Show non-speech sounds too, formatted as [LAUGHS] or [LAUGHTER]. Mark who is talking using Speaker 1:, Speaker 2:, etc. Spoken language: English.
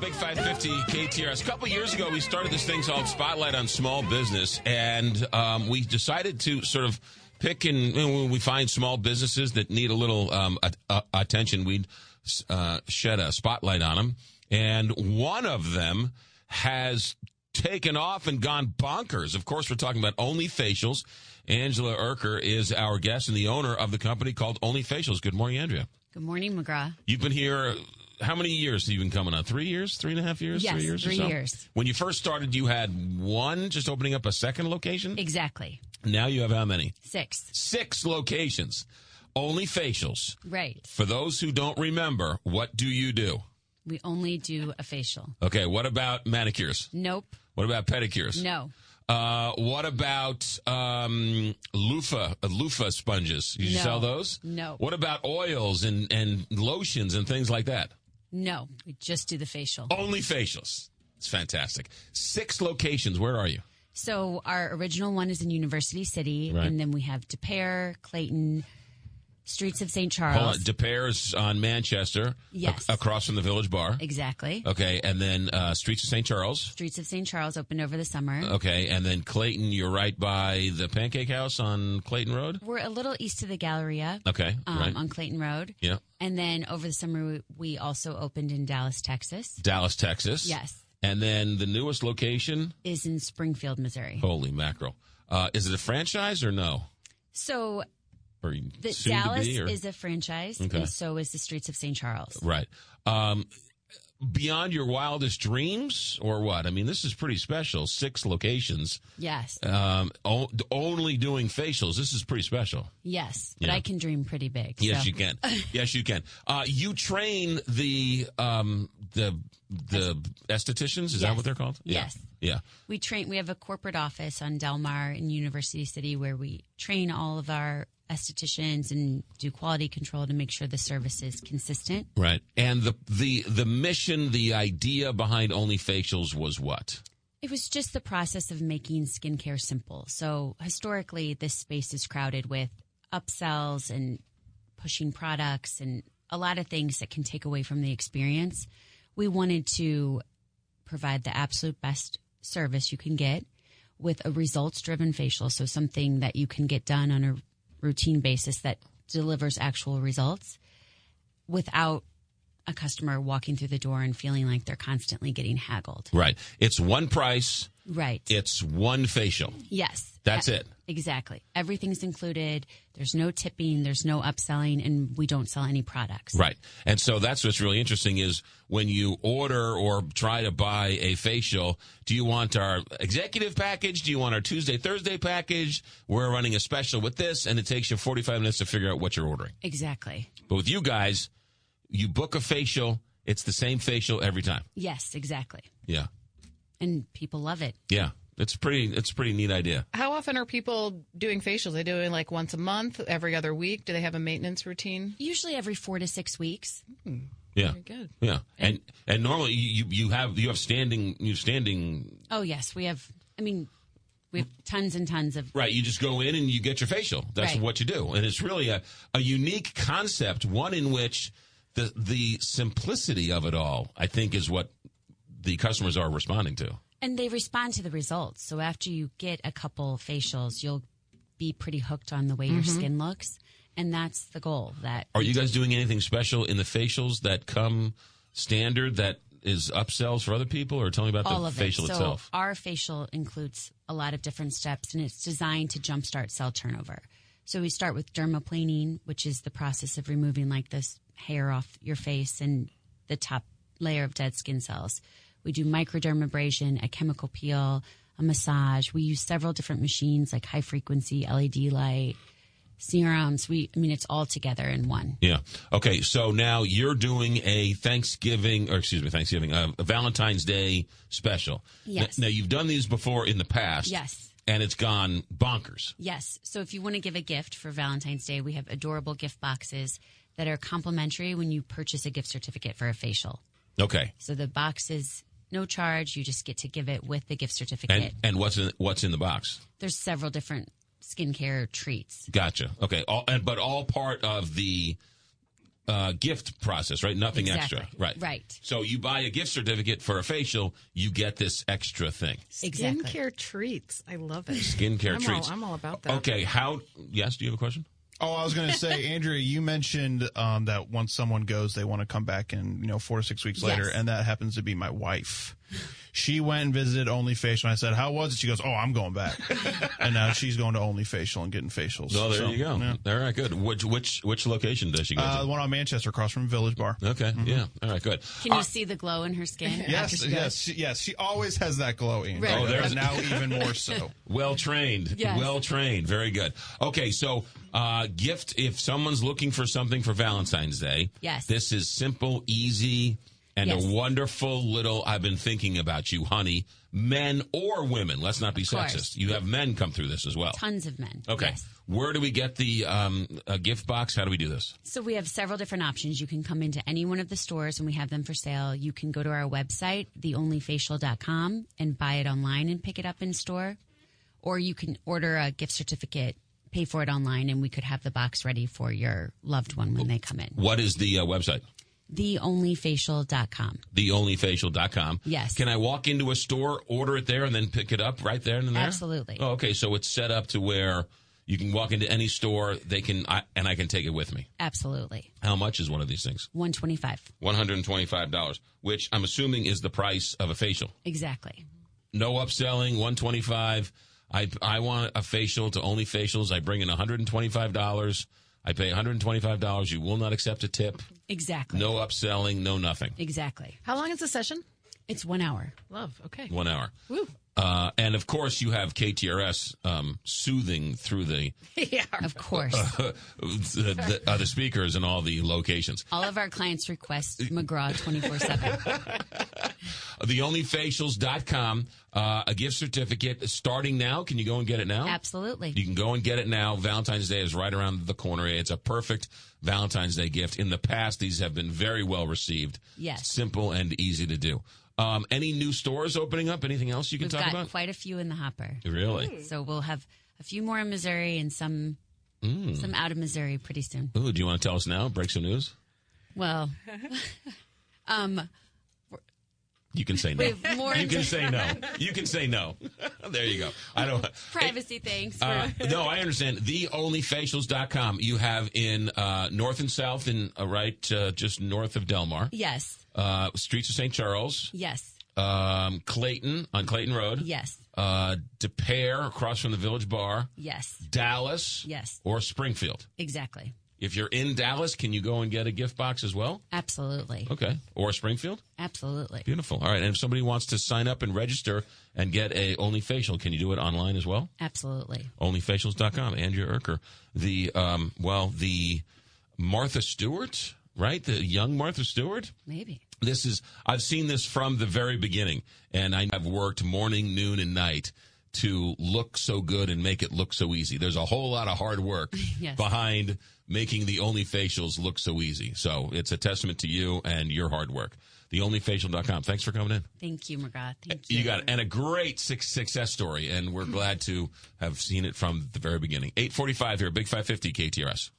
Speaker 1: 950 KTRS. A couple years ago, we started this thing called Spotlight on Small Business, and um, we decided to sort of pick and when we find small businesses that need a little um, a- a- attention, we'd uh, shed a spotlight on them. And one of them has taken off and gone bonkers. Of course, we're talking about Only Facials. Angela Erker is our guest and the owner of the company called Only Facials. Good morning, Andrea.
Speaker 2: Good morning, McGraw.
Speaker 1: You've been here. How many years have you been coming on? Three years, three and a half years,
Speaker 2: Yes,
Speaker 1: three years.
Speaker 2: three
Speaker 1: or so?
Speaker 2: years.
Speaker 1: When you first started, you had one, just opening up a second location.
Speaker 2: Exactly.
Speaker 1: Now you have how many?
Speaker 2: Six.
Speaker 1: Six locations, only facials.
Speaker 2: Right.
Speaker 1: For those who don't remember, what do you do?
Speaker 2: We only do a facial.
Speaker 1: Okay, what about manicures?
Speaker 2: Nope.
Speaker 1: What about pedicures?
Speaker 2: No.
Speaker 1: Uh, what about um, loofah uh, loofah sponges? You
Speaker 2: No.
Speaker 1: sell those?
Speaker 2: No.
Speaker 1: What about oils and and lotions and things like that?
Speaker 2: No. We just do the facial.
Speaker 1: Only facials. It's fantastic. Six locations. Where are you?
Speaker 2: So our original one is in University City,
Speaker 1: Right.
Speaker 2: and then we have De Pere, Clayton, Streets of St.
Speaker 1: Hold
Speaker 2: Charles.
Speaker 1: on. De Pere's on Manchester.
Speaker 2: Yes.
Speaker 1: ac- across from the Village Bar.
Speaker 2: exactly.
Speaker 1: Okay, and then uh, Streets of St. Charles.
Speaker 2: Streets of St. Charles opened over the summer.
Speaker 1: Okay, and then Clayton. You're right by the Pancake House on Clayton Road.
Speaker 2: We're a little east of the Galleria
Speaker 1: Okay,
Speaker 2: um,
Speaker 1: Uh, right.
Speaker 2: on Clayton Road.
Speaker 1: yeah,
Speaker 2: And then over the summer, we, we also opened in Dallas, Texas.
Speaker 1: Dallas, Texas.
Speaker 2: Yes.
Speaker 1: And then the newest location.
Speaker 2: Is in Springfield, Missouri.
Speaker 1: Holy mackerel! Uh, is it a franchise or no?
Speaker 2: So
Speaker 1: Or
Speaker 2: The
Speaker 1: soon to
Speaker 2: Dallas
Speaker 1: be, or-
Speaker 2: is a franchise,
Speaker 1: Okay.
Speaker 2: and so is the Streets of St. Charles.
Speaker 1: Right. Um, beyond your wildest dreams, or what? I mean, this is pretty special. Six locations,
Speaker 2: Yes,
Speaker 1: um, o- only doing facials. This is pretty special.
Speaker 2: yes, but
Speaker 1: Yeah.
Speaker 2: I can dream pretty big.
Speaker 1: Yes,
Speaker 2: so.
Speaker 1: you
Speaker 2: [LAUGHS]
Speaker 1: can. Yes, you can. Uh, you train the um, the the estheticians. Is that
Speaker 2: Yes.
Speaker 1: what they're called?
Speaker 2: Yes.
Speaker 1: Yeah. yeah.
Speaker 2: we train. We have a corporate office on Del Mar in University City where we train all of our estheticians and do quality control to make sure the service is consistent.
Speaker 1: Right. And the the the mission, the idea behind Only Facials was what?
Speaker 2: It was just the process of making skincare simple. So historically, this space is crowded with upsells and pushing products and a lot of things that can take away from the experience. We wanted to provide the absolute best service you can get with a results driven facial. So something that you can get done on a routine basis that delivers actual results without a customer walking through the door and feeling like they're constantly getting haggled.
Speaker 1: Right. It's one price.
Speaker 2: Right.
Speaker 1: It's one facial.
Speaker 2: Yes.
Speaker 1: That's
Speaker 2: E-
Speaker 1: it.
Speaker 2: Exactly. Everything's included. There's no tipping, there's no upselling, and we don't sell any products.
Speaker 1: Right. And so that's what's really interesting is when you order or try to buy a facial, do you want our executive package? Do you want our Tuesday, Thursday package? We're running a special with this and it takes you 45 minutes to figure out what you're ordering.
Speaker 2: Exactly.
Speaker 1: But with you guys, you book a facial, it's the same facial every time.
Speaker 2: Yes, exactly.
Speaker 1: Yeah.
Speaker 2: And people love it.
Speaker 1: Yeah. It's pretty it's a pretty neat idea.
Speaker 3: How often are people doing facials? They do it like once a month, every other week. Do they have a maintenance routine?
Speaker 2: Usually every four to six weeks.
Speaker 1: Yeah.
Speaker 3: Very good.
Speaker 1: Yeah. And and normally you you have you have standing you have standing
Speaker 2: Oh, yes. We have, I mean, we have tons and tons of.
Speaker 1: Right. You just go in and you get your facial. That's
Speaker 2: Right.
Speaker 1: what you do. And it's really a, a unique concept, one in which the the simplicity of it all, I think, is what the customers are responding to.
Speaker 2: And they respond to the results. So after you get a couple facials, you'll be pretty hooked on the way your skin looks. And that's the goal that
Speaker 1: Mm-hmm. Are you guys doing anything special in the facials that come standard that is upsells for other people or tell me about
Speaker 2: all
Speaker 1: the
Speaker 2: of
Speaker 1: facial
Speaker 2: it. So
Speaker 1: itself?
Speaker 2: our facial includes a lot of different steps, and it's designed to jumpstart cell turnover. So we start with dermaplaning, which is the process of removing like this hair off your face and the top layer of dead skin cells. We do microdermabrasion, a chemical peel, a massage. We use several different machines like high frequency LED light, serums. We, I mean, it's all together in one.
Speaker 1: Yeah. Okay. So now you're doing a Thanksgiving, or excuse me, Thanksgiving, uh, a Valentine's Day special.
Speaker 2: Yes.
Speaker 1: N- Now, you've done these before in the past.
Speaker 2: Yes.
Speaker 1: And it's gone bonkers.
Speaker 2: Yes. So if you want to give a gift for Valentine's Day, we have adorable gift boxes that are complimentary when you purchase a gift certificate for a facial.
Speaker 1: Okay.
Speaker 2: So the box is no charge. You just get to give it with the gift certificate.
Speaker 1: And and what's in what's in the box?
Speaker 2: There's several different skincare treats.
Speaker 1: Gotcha. Okay. All and but all part of the uh, gift process, right? Nothing extra,
Speaker 2: Exactly.
Speaker 1: right?
Speaker 2: Right.
Speaker 1: So you buy a gift certificate for a facial, you get this extra thing.
Speaker 2: Exactly.
Speaker 3: Skincare treats. I love it.
Speaker 1: Skincare
Speaker 3: I'm
Speaker 1: treats.
Speaker 3: All, I'm all about that.
Speaker 1: Okay, how? Yes, do you have a question?
Speaker 4: Oh, I was going to
Speaker 2: [LAUGHS]
Speaker 4: say, Andrea, you mentioned um, that once someone goes, they want to come back and you know four to six weeks later,
Speaker 2: Yes.
Speaker 4: and that happens to be my wife. She went and visited Only Facial. And I said, "How was it?" She goes, "Oh, I'm going
Speaker 2: [LAUGHS]
Speaker 4: back," and now she's going to Only Facial and getting facials.
Speaker 1: Oh, there
Speaker 4: So,
Speaker 1: you go.
Speaker 4: yeah.
Speaker 1: All right, good. Which which which location does she go
Speaker 4: Uh, the
Speaker 1: to?
Speaker 4: one on Manchester, across from Village Bar.
Speaker 1: Okay, yeah. All right, good.
Speaker 2: Can you see the glow in her skin? after
Speaker 4: Yes,
Speaker 2: she goes?
Speaker 4: yes, she, yes. She always has that glow, Andrea.
Speaker 2: Right. Oh,
Speaker 1: there's- [LAUGHS]
Speaker 4: and now even more so.
Speaker 1: Well trained.
Speaker 2: Yes.
Speaker 1: Well trained. Very good. Okay, so uh, gift if someone's looking for something for Valentine's Day.
Speaker 2: Yes.
Speaker 1: This is simple, easy, and
Speaker 2: Yes.
Speaker 1: a wonderful little I've been thinking about you, honey. Men or women. Let's not be
Speaker 2: course.
Speaker 1: sexist. You have men come through this as well.
Speaker 2: Tons of men.
Speaker 1: Okay.
Speaker 2: Yes.
Speaker 1: Where do we get the um, uh, gift box? How do we do this?
Speaker 2: So we have several different options. You can come into any one of the stores and we have them for sale. You can go to our website, theonlyfacial.com, and buy it online and pick it up in store. Or you can order a gift certificate, pay for it online, and we could have the box ready for your loved one when they come in.
Speaker 1: What is the uh, website?
Speaker 2: Theonlyfacial.com.
Speaker 1: theonlyfacial.com.
Speaker 2: Yes.
Speaker 1: Can I walk into a store, order it there, and then pick it up right there and then there?
Speaker 2: Absolutely.
Speaker 1: Oh, okay. So it's set up to where you can walk into any store, they can, I, and I can take it with me.
Speaker 2: Absolutely.
Speaker 1: How much is one of these things?
Speaker 2: 125.
Speaker 1: $125, which I'm assuming is the price of a facial.
Speaker 2: Exactly.
Speaker 1: No upselling, 125 I, I want a facial to only facials. I bring in $125. I pay $125. You will not accept a tip.
Speaker 2: Exactly.
Speaker 1: No upselling, no nothing.
Speaker 2: Exactly.
Speaker 3: How long is the session?
Speaker 2: It's one hour.
Speaker 3: Love. Okay.
Speaker 1: One hour.
Speaker 3: Woo.
Speaker 1: Uh, and of course, you have KTRS um, soothing through the
Speaker 3: [LAUGHS]
Speaker 1: [LAUGHS]
Speaker 3: yeah.
Speaker 2: Of course.
Speaker 1: the, the, uh, the speakers and all the locations.
Speaker 2: All of our clients request McGraw
Speaker 1: [LAUGHS]
Speaker 2: 24 7.
Speaker 1: TheOnlyFacials.com, uh, a gift certificate starting now. Can you go and get it now?
Speaker 2: Absolutely.
Speaker 1: You can go and get it now. Valentine's Day is right around the corner. It's a perfect Valentine's Day gift. In the past, these have been very well received.
Speaker 2: Yes.
Speaker 1: Simple and easy to do. Um, any new stores opening up? Anything else you can
Speaker 2: We've
Speaker 1: talk
Speaker 2: got
Speaker 1: about?
Speaker 2: quite a few in the hopper.
Speaker 1: really?
Speaker 2: So we'll have a few more in Missouri and some
Speaker 1: Mm.
Speaker 2: some out of Missouri pretty soon.
Speaker 1: Ooh, do you want to tell us now? Break some news?
Speaker 2: Well, [LAUGHS] um,
Speaker 1: You can say no.
Speaker 2: we have more [LAUGHS]
Speaker 1: You can say no. You can say no. [LAUGHS] there you go. I don't.
Speaker 2: privacy things. For,
Speaker 1: Uh, [LAUGHS] no, I understand. TheOnlyFacials.com. You have in uh, north and south, in uh, right uh, just north of Delmar,
Speaker 2: yes,
Speaker 1: uh, streets of St. Charles,
Speaker 2: yes,
Speaker 1: um, Clayton on Clayton Road,
Speaker 2: yes,
Speaker 1: uh, DePere across from the Village Bar,
Speaker 2: yes,
Speaker 1: Dallas,
Speaker 2: Yes.
Speaker 1: or Springfield.
Speaker 2: exactly,
Speaker 1: If you're in Dallas, can you go and get a gift box as well?
Speaker 2: absolutely,
Speaker 1: Okay, or Springfield.
Speaker 2: absolutely.
Speaker 1: Beautiful. All right. And if somebody wants to sign up and register and get a Only Facial, can you do it online as well?
Speaker 2: Absolutely.
Speaker 1: OnlyFacials.com. Andrea Erker. The, um, well, the Martha Stewart, right? The young Martha Stewart.
Speaker 2: Maybe.
Speaker 1: This is, I've seen this from the very beginning. And I have worked morning, noon, and night to look so good and make it look so easy. There's a whole lot of hard work
Speaker 2: Yes.
Speaker 1: behind making the Only Facials look so easy. So it's a testament to you and your hard work. TheOnlyFacial.com. Thanks for coming in.
Speaker 2: Thank you, McGraw. Thank you.
Speaker 1: You got it. And a great suc- success story. And we're glad to have seen it from the very beginning. 845 here, Big 550 KTRS.